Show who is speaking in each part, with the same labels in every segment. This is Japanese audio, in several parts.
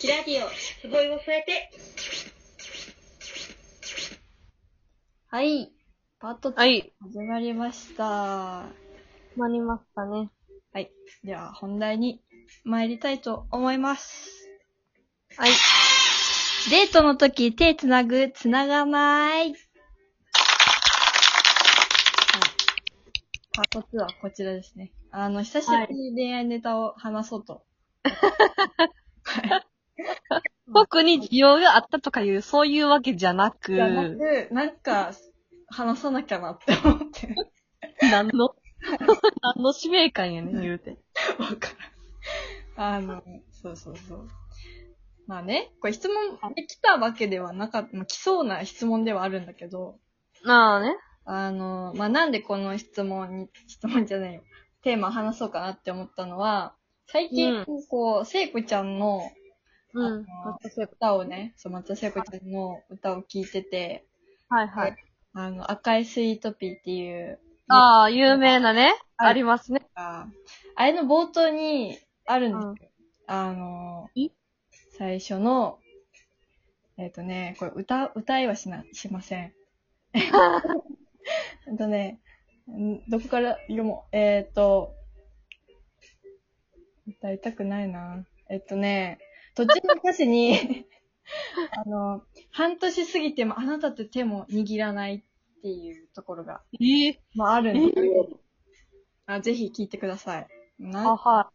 Speaker 1: ジオ、すごいを添えて。
Speaker 2: はい。パート2
Speaker 3: はい。
Speaker 2: 始まりました。
Speaker 3: 決まりましたね。
Speaker 2: はい。では、本題に参りたいと思います。
Speaker 3: はい。
Speaker 2: デートの時、手つなぐ、つながない。はいパート2はこちらですね。あの、久しぶりに恋愛ネタを話そうと。
Speaker 3: 特に需要があったとかいう、そういうわけじゃなく、
Speaker 2: じゃなく、なんか、話さなきゃなって思って。
Speaker 3: 何の、 何の使命感やねん、言うて。
Speaker 2: わからん。あの、そうそうそう。まあね、これ質問できたわけではなかった、まあ、来そうな質問ではあるんだけど、
Speaker 3: まあね。
Speaker 2: あの、まあなんでこの質問に、質問じゃないよ、テーマ話そうかなって思ったのは、最近、こう、聖子ちゃんの
Speaker 3: うん。
Speaker 2: あの歌をね、そう、松田聖子ちゃんの歌を聴いてて、
Speaker 3: はいはい。
Speaker 2: あの、赤いスイートピーっていう、
Speaker 3: ああ、有名なね。
Speaker 2: はい
Speaker 3: ありますね。
Speaker 2: ああれの冒頭にあるんですよ。
Speaker 3: うん
Speaker 2: あの
Speaker 3: え、
Speaker 2: 最初の、えっ、とね、これ歌、歌いはしな、しません。えっとね、んどこから読もう。えっ、と、歌いたくないな。えっ、とね、途中の歌詞に、あの、半年過ぎてもあなたって手も握らないっていうところが、
Speaker 3: ええ
Speaker 2: まああるんですけど、あぜひ聞いてください。な
Speaker 3: あ、
Speaker 2: っ
Speaker 3: は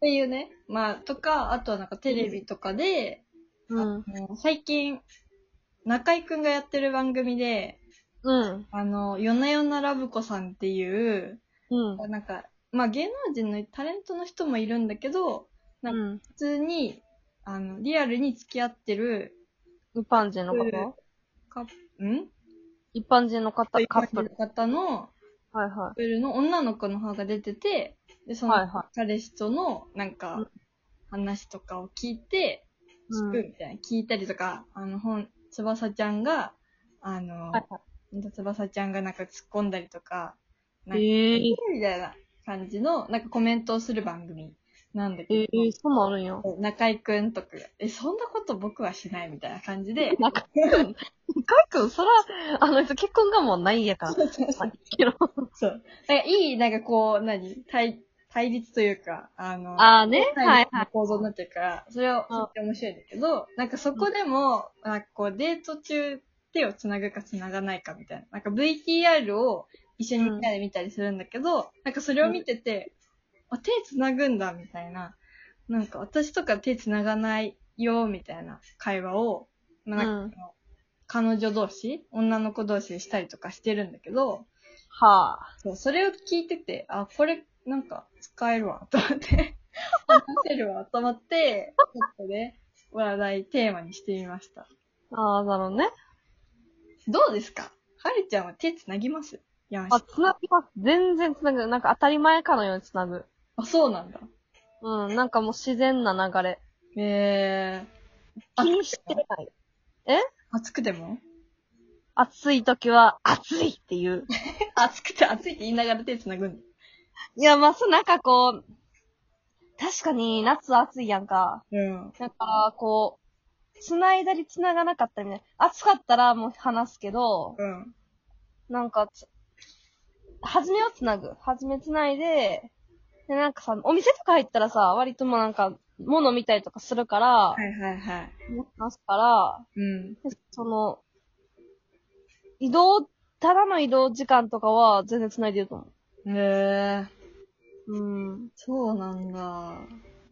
Speaker 2: ていうね。まあ、とか、あとはなんかテレビとかで、
Speaker 3: い。うん。
Speaker 2: あの最近、中井くんがやってる番組で、
Speaker 3: うん。
Speaker 2: あの、夜な夜なラブ子さんっていう、
Speaker 3: うん。
Speaker 2: なんか、まあ芸能人のタレントの人もいるんだけど、
Speaker 3: うん。
Speaker 2: 普通に、あの、リアルに付き合ってる、
Speaker 3: 一般人の方
Speaker 2: カップ、ん
Speaker 3: 一般人の方、カップル。
Speaker 2: 方の、
Speaker 3: はいは
Speaker 2: カップルの女の子の方が出てて、で、そ
Speaker 3: い。
Speaker 2: の
Speaker 3: はいは
Speaker 2: 彼氏との、なん
Speaker 3: う
Speaker 2: か
Speaker 3: ん、
Speaker 2: 話とかを聞いて、
Speaker 3: い。
Speaker 2: 聞
Speaker 3: うん
Speaker 2: くみたいな、聞いたりとか、あの、本、翼ちゃんが、あの、
Speaker 3: はいは
Speaker 2: ほんと翼ちゃんがなんか突っ込んだりとか、なんか、
Speaker 3: ええ
Speaker 2: みたいな感じの、なんかコメントをする番組なんだ
Speaker 3: え
Speaker 2: け
Speaker 3: えそうもあるんや。
Speaker 2: ど、中井くんとかが、え、そんなこと僕はしないみたいな感じで、
Speaker 3: 中井くん、中井くん、そら、あの人結婚がもうないんやから。
Speaker 2: そうそうそう
Speaker 3: はい けど
Speaker 2: そう。なんかいい、なんかこう、何対、対立というか、あの、
Speaker 3: ああね、は
Speaker 2: はいい
Speaker 3: は
Speaker 2: はいい。。構造になってるから、それはとって面白いんだけど、なんかそこでも、なんかこうデート中手を繋ぐか繋がないかみたいな。なんか VTR を一緒にみんなで見たりするんだけど、なんかそれを見てて、あ、手繋ぐんだみたいな。なんか私とか手繋がないよみたいな会話を、まあなんかその彼女同士、女の子同士でしたりとかしてるんだけど、
Speaker 3: はあ。
Speaker 2: そう、それを聞いてて、あ、これ、なんか、使えるわ、と思って。 話せるわ、と思って、ちょっとね、話題テーマにしてみました。
Speaker 3: ああ、なるほどね。
Speaker 2: どうですかはるちゃんは手つなぎます山
Speaker 3: あ、
Speaker 2: 下。
Speaker 3: つなぎます。全然つなぐ。なんか当たり前かのようにつなぐ。
Speaker 2: あ、そうなんだ。
Speaker 3: うん、なんかもう自然な流れ。
Speaker 2: えー。
Speaker 3: 気にしてない。
Speaker 2: 暑くても
Speaker 3: 暑い時は、暑いっていう。
Speaker 2: 暑くて暑いって言いながら手つなぐんだ。
Speaker 3: いや、まあ、そう、なんかこう、確かに夏は暑いやんか。
Speaker 2: うん。
Speaker 3: なんか、こう、繋いだり繋がなかったりみたいな。暑かったらもう話すけど、
Speaker 2: うん。
Speaker 3: なんかつ、はじめをつなぐ。はじめつないで、で、なんかさ、お店とか入ったらさ、割ともうなんか、物見たりとかするから、
Speaker 2: はいはいはい。
Speaker 3: 話すか
Speaker 2: うん。
Speaker 3: ら、でその、移動、ただの移動時間とかは全然つないでると思
Speaker 2: えー。
Speaker 3: う。うん。
Speaker 2: そうなんだ。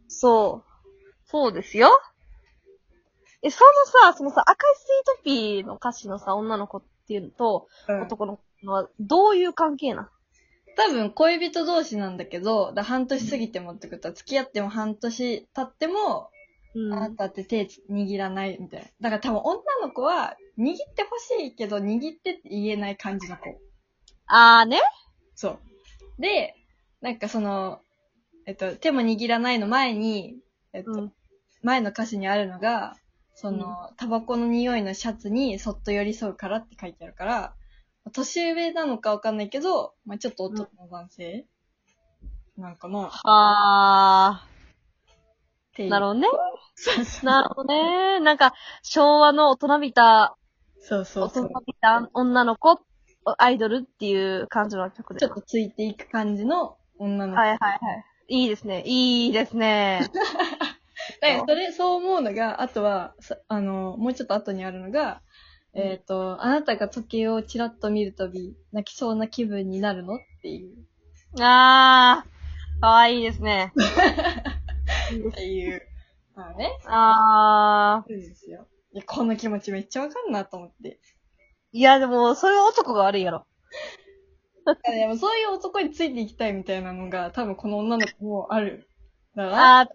Speaker 3: そう。そうですよ。え、そのさ、そのさ、赤いスイートピーの歌詞のさ、女の子っていうのと、
Speaker 2: うん、
Speaker 3: 男の子は、どういう関係な
Speaker 2: 多分恋人同士なんだけど、だ半年過ぎてもってことは、付き合っても半年経っても、
Speaker 3: う
Speaker 2: あなたって手握らないみたいな。だから多分女の子は、握ってほしいけど、握ってって言えない感じの子。
Speaker 3: あーね。
Speaker 2: そう。で、なんかその、えっと、手も握らないの前に、えっと、
Speaker 3: うん。
Speaker 2: 前の歌詞にあるのが、その、タバコの匂いのシャツにそっと寄り添うからって書いてあるから、年上なのかわかんないけど、まあちょっと男の男性、なんかな。
Speaker 3: あー。
Speaker 2: ていう。
Speaker 3: なる
Speaker 2: ほど。
Speaker 3: ほどね。
Speaker 2: そうそう。
Speaker 3: なるほどね。なんか、昭和の大人びた、
Speaker 2: そうそ
Speaker 3: 大
Speaker 2: うそ
Speaker 3: 人
Speaker 2: う。
Speaker 3: びた女の子、アイドルっていう感じの曲
Speaker 2: ち
Speaker 3: で
Speaker 2: ょっ。とついていく感じの女の子。
Speaker 3: はいはいはい。いいですね。いいです ね。
Speaker 2: だからそれ、そう思うのが、あとは、さあの、もうちょっと後にあるのが、
Speaker 3: うん
Speaker 2: えっ、と、あなたが時計をちらっと見るたび、泣きそうな気分になるのっていう。
Speaker 3: あー、かわいいですね。
Speaker 2: っていう。まあね。
Speaker 3: あー。
Speaker 2: そうですよ。いや、この気持ちめっちゃわかんなと思って。
Speaker 3: いや、でも、それは男が悪いやろ。
Speaker 2: だからでもそういう男についていきたいみたいなのが、多分この女の子もある。だから、
Speaker 3: あー、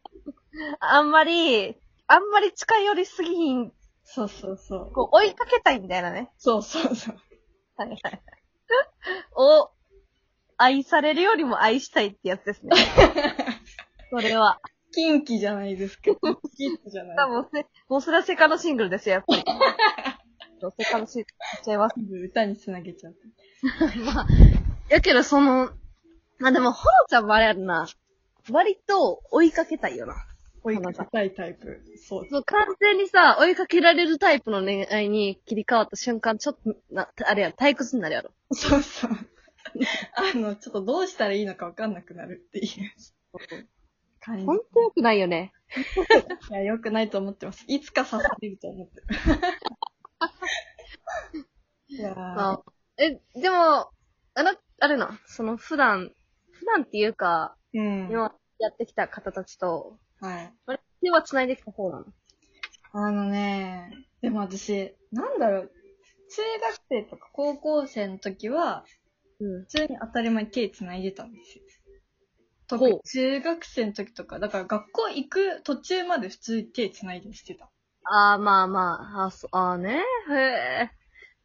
Speaker 3: あんまり、あんまり近寄りすぎひん、
Speaker 2: そうそうそう。
Speaker 3: こう、追いかけたいみたいなね。
Speaker 2: そうそうそう。
Speaker 3: はいはい はい。を、愛されるよりも愛したいってやつ ですね。それは。
Speaker 2: 近畿じゃないですか。近畿じゃな
Speaker 3: 多
Speaker 2: い。
Speaker 3: 分ね、もうそれはセカのシングルですよ、やっぱり。セカのシングル言っちゃいます。
Speaker 2: 歌につなげちゃう。
Speaker 3: やけど、その、まあでも、ほのちゃんもあれやるな。割と追いかけたいよな。
Speaker 2: 追いかけたいタイプ。そう。
Speaker 3: そう、完全にさ、追いかけられるタイプの恋愛に切り替わった瞬間、ちょっと、な、あれやろ、退屈になるやろ。
Speaker 2: そうそう。 あの、ちょっとどうしたらいいのかわかんなくなるっていう感じ。
Speaker 3: ほんと良くないよね。
Speaker 2: いや、良くないと思ってます。いつか刺されると思ってる。いやー
Speaker 3: あえ、でも、あの、あれな、その普段、普段っていうか、
Speaker 2: うん。
Speaker 3: 今やってきた方たちと、
Speaker 2: はい。
Speaker 3: あれ、手は繋いできた方なの
Speaker 2: あのね、でも私、なんだろう、中学生とか高校生の時は、
Speaker 3: うん。
Speaker 2: 普通に当たり前に手繋いでたんですよ。
Speaker 3: ほ
Speaker 2: 特
Speaker 3: う
Speaker 2: に中学生の時とか、だから学校行く途中まで普通に手繋いでしてた。
Speaker 3: あー、まあまあ、あ、そう、あーね、へえ。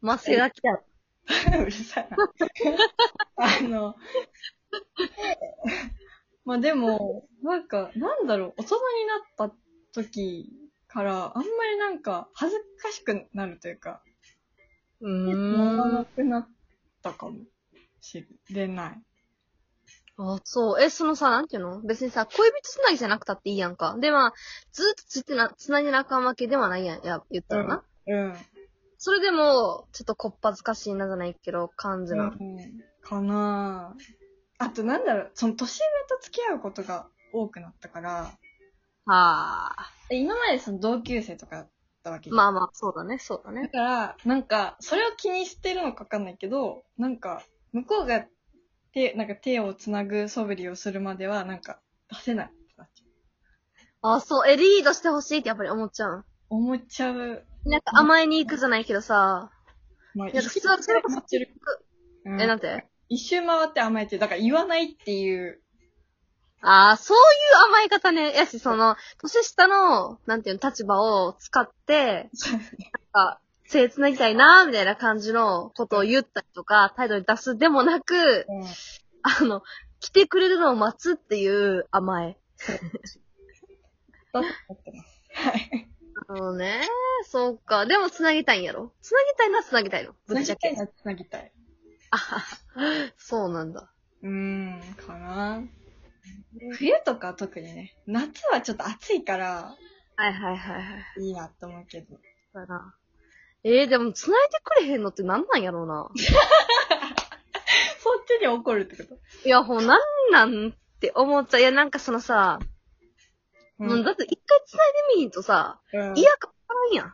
Speaker 3: まあ、背が来た。
Speaker 2: うるさ いな。あの、まあでも、なんか、なんだろう、大人になった時から、あんまりなんか、恥ずかしくなるというか、
Speaker 3: う
Speaker 2: 乗ら
Speaker 3: ー。
Speaker 2: なんくなったかもしれない。
Speaker 3: あ、そう。え、そのさ、なんていうの別にさ、恋人つなぎじゃなくたっていいやんか。で、まあ、ずーっとついてな、つないでなあかんわけではないやん、や、言ったらな。
Speaker 2: うん。
Speaker 3: それでも、ちょっとこっぱずかしいなじゃないけど、感じな。
Speaker 2: うんかなぁ。あとなんだろう、その年上と付き合うことが多くなったから、
Speaker 3: はあ。
Speaker 2: で今までその同級生とかだったわけじゃん
Speaker 3: まあまあ、そうだね、そうだ
Speaker 2: だ
Speaker 3: ね。
Speaker 2: から、なんか、それを気にしてるのかわかんないけど、なんか、向こうが手、なんか手をつなぐ素振りをするまでは、なんか、出せないってなっちゃう。
Speaker 3: あ、そう、え、リードしてほしいってやっぱり思っちゃう。
Speaker 2: 思っちゃう。
Speaker 3: なんか甘えに行くじゃないけどさ、
Speaker 2: まあ、
Speaker 3: いや
Speaker 2: 一
Speaker 3: 普通はそれこそ
Speaker 2: 回ってる。うん
Speaker 3: え、なんて
Speaker 2: 一周回って甘えてる。だから言わないっていう。
Speaker 3: ああ、そういう甘え方ね。やし、その、年下の、なんていうの、立場を使って、なんか、手繋ぎたいな、みたいな感じのことを言ったりとか、態度に出すでもなく、
Speaker 2: うん
Speaker 3: あの、来てくれるのを待つっていう甘え。
Speaker 2: だと思ってます。はい。
Speaker 3: あのね、そうか。でも繋ぎたいんやろ繋ぎたいな、繋ぎたいの。
Speaker 2: つ
Speaker 3: ぶ
Speaker 2: な
Speaker 3: っち
Speaker 2: ぎ
Speaker 3: ゃ
Speaker 2: た
Speaker 3: け
Speaker 2: い。な、つなぎたい。
Speaker 3: あははそうなんだ。
Speaker 2: うーん、かな。冬とかは特にね、夏はちょっと暑いから、
Speaker 3: はいはいはいはい。
Speaker 2: いいなと思うけど。
Speaker 3: だな。えー、でも繋いでくれへんのってなんなんやろうな。
Speaker 2: そっちに怒るってこと
Speaker 3: いや、ほんなんなんって思っちゃう。いや、なんかそのさ、
Speaker 2: う
Speaker 3: もうだって一回繋いでみひんとさ、
Speaker 2: うん
Speaker 3: 嫌か分か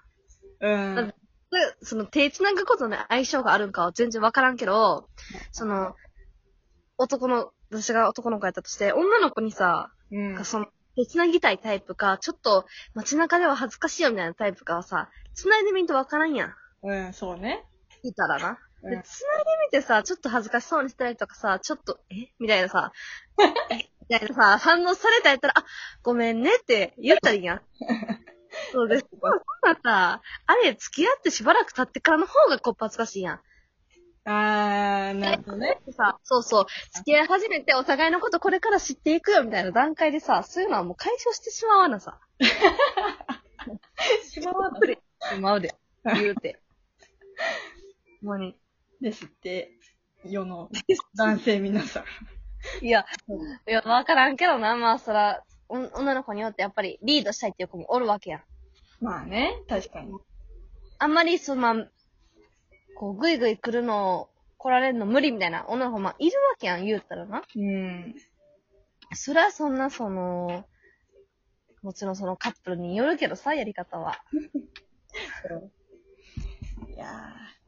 Speaker 3: らんやん。
Speaker 2: うん。
Speaker 3: で、その手繋ぐことの相性があるんかは全然分からんけど、その、男の、私が男の子やったとして、女の子にさ、
Speaker 2: うん
Speaker 3: なんかその、手繋ぎたいタイプか、ちょっと街中では恥ずかしいよみたいなタイプかはさ、繋いでみんと分からんやん。
Speaker 2: うん、そうね。
Speaker 3: いたらな。で、
Speaker 2: うん
Speaker 3: 繋いでみてさ、ちょっと恥ずかしそうにしたりとかさ、ちょっと、えみたいなさ、えみたいなさ、反応されたやったら、あ、ごめんねって言ったらいいやん。そうです。そんなさ、あれ、付き合ってしばらく経ってからの方がこっぱ恥ずかしいやん。
Speaker 2: あー、なるほどね。
Speaker 3: でさ、そうそう、付き合い始めてお互いのことこれから知っていくよみたいな段階でさ、そういうのはもう解消してしまわなさ。
Speaker 2: しまわな
Speaker 3: くれしまうで、言うて。ほんまに。
Speaker 2: ですって、世の男性皆さん。
Speaker 3: いや、いや、わからんけどな、まあ、そら、お女の子によってやっぱりリードしたいっていう子もおるわけやん。
Speaker 2: まあね、確かに。
Speaker 3: あんまり、そのまあ、こう、ぐいぐい来るの、来られるの無理みたいな女の子もいるわけやん、言うたらな。
Speaker 2: うん。
Speaker 3: そりゃそんな、その、もちろんそのカップルによるけどさ、やり方は。
Speaker 2: いや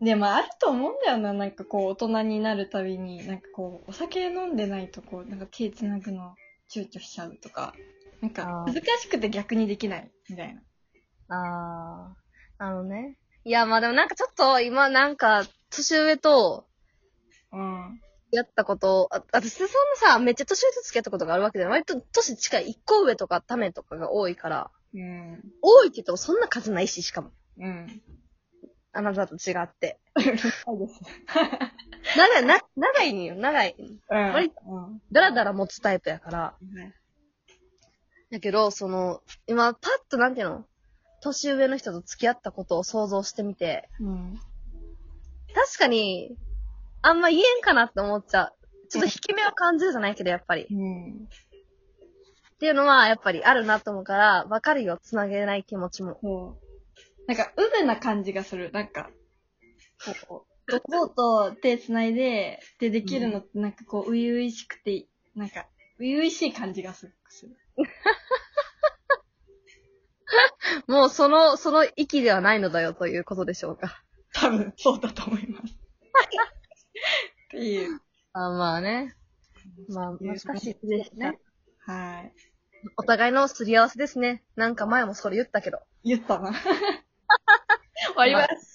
Speaker 2: ーでもあると思うんだよな、なんかこう、大人になるたびに、なんかこう、お酒飲んでないとこう、なんか手つなぐの躊躇しちゃうとか、なんか
Speaker 3: あ、ー
Speaker 2: 難しくて逆にできない、みたいな。
Speaker 3: あー、あのね。いや、まあでもなんかちょっと、今なんか、年上と、
Speaker 2: うん。
Speaker 3: やったこと、あ私そんなさ、めっちゃ年上と付き合ったことがあるわけじゃない。割と年近い、一個上とかためとかが多いから、
Speaker 2: うん。
Speaker 3: 多いって言ってもそんな数ないし、しかも。
Speaker 2: うん。
Speaker 3: あなたと違って。
Speaker 2: そうです。
Speaker 3: 長い、な、長いんよ、長い。
Speaker 2: うん。
Speaker 3: 割
Speaker 2: うん
Speaker 3: だらだら持つタイプやから。
Speaker 2: はい
Speaker 3: だけど、その、今、パッとなんていうの年上の人と付き合ったことを想像してみて、
Speaker 2: うん。
Speaker 3: 確かに、あんま言えんかなって思っちゃう。ちょっと引き目を感じるじゃないけど、やっぱり。っ
Speaker 2: うん。
Speaker 3: ていうのは、やっぱりあるなと思うから、わかるよ、つなげない気持ちも。
Speaker 2: そう。なんか、うぶな感じがする。なんか、こう、どこうと手繋いで、で、できるのってなんかこう、初々しくて、なんか、初々しい感じがする。
Speaker 3: もう、その、その域ではないのだよ、ということでしょうか。
Speaker 2: 多分、そうだと思います。っていう。
Speaker 3: あまあね。まあ、難しいですね。
Speaker 2: はい。
Speaker 3: お互いのすり合わせですね。なんか前もそれ言ったけど。
Speaker 2: 言ったな。終。
Speaker 3: わります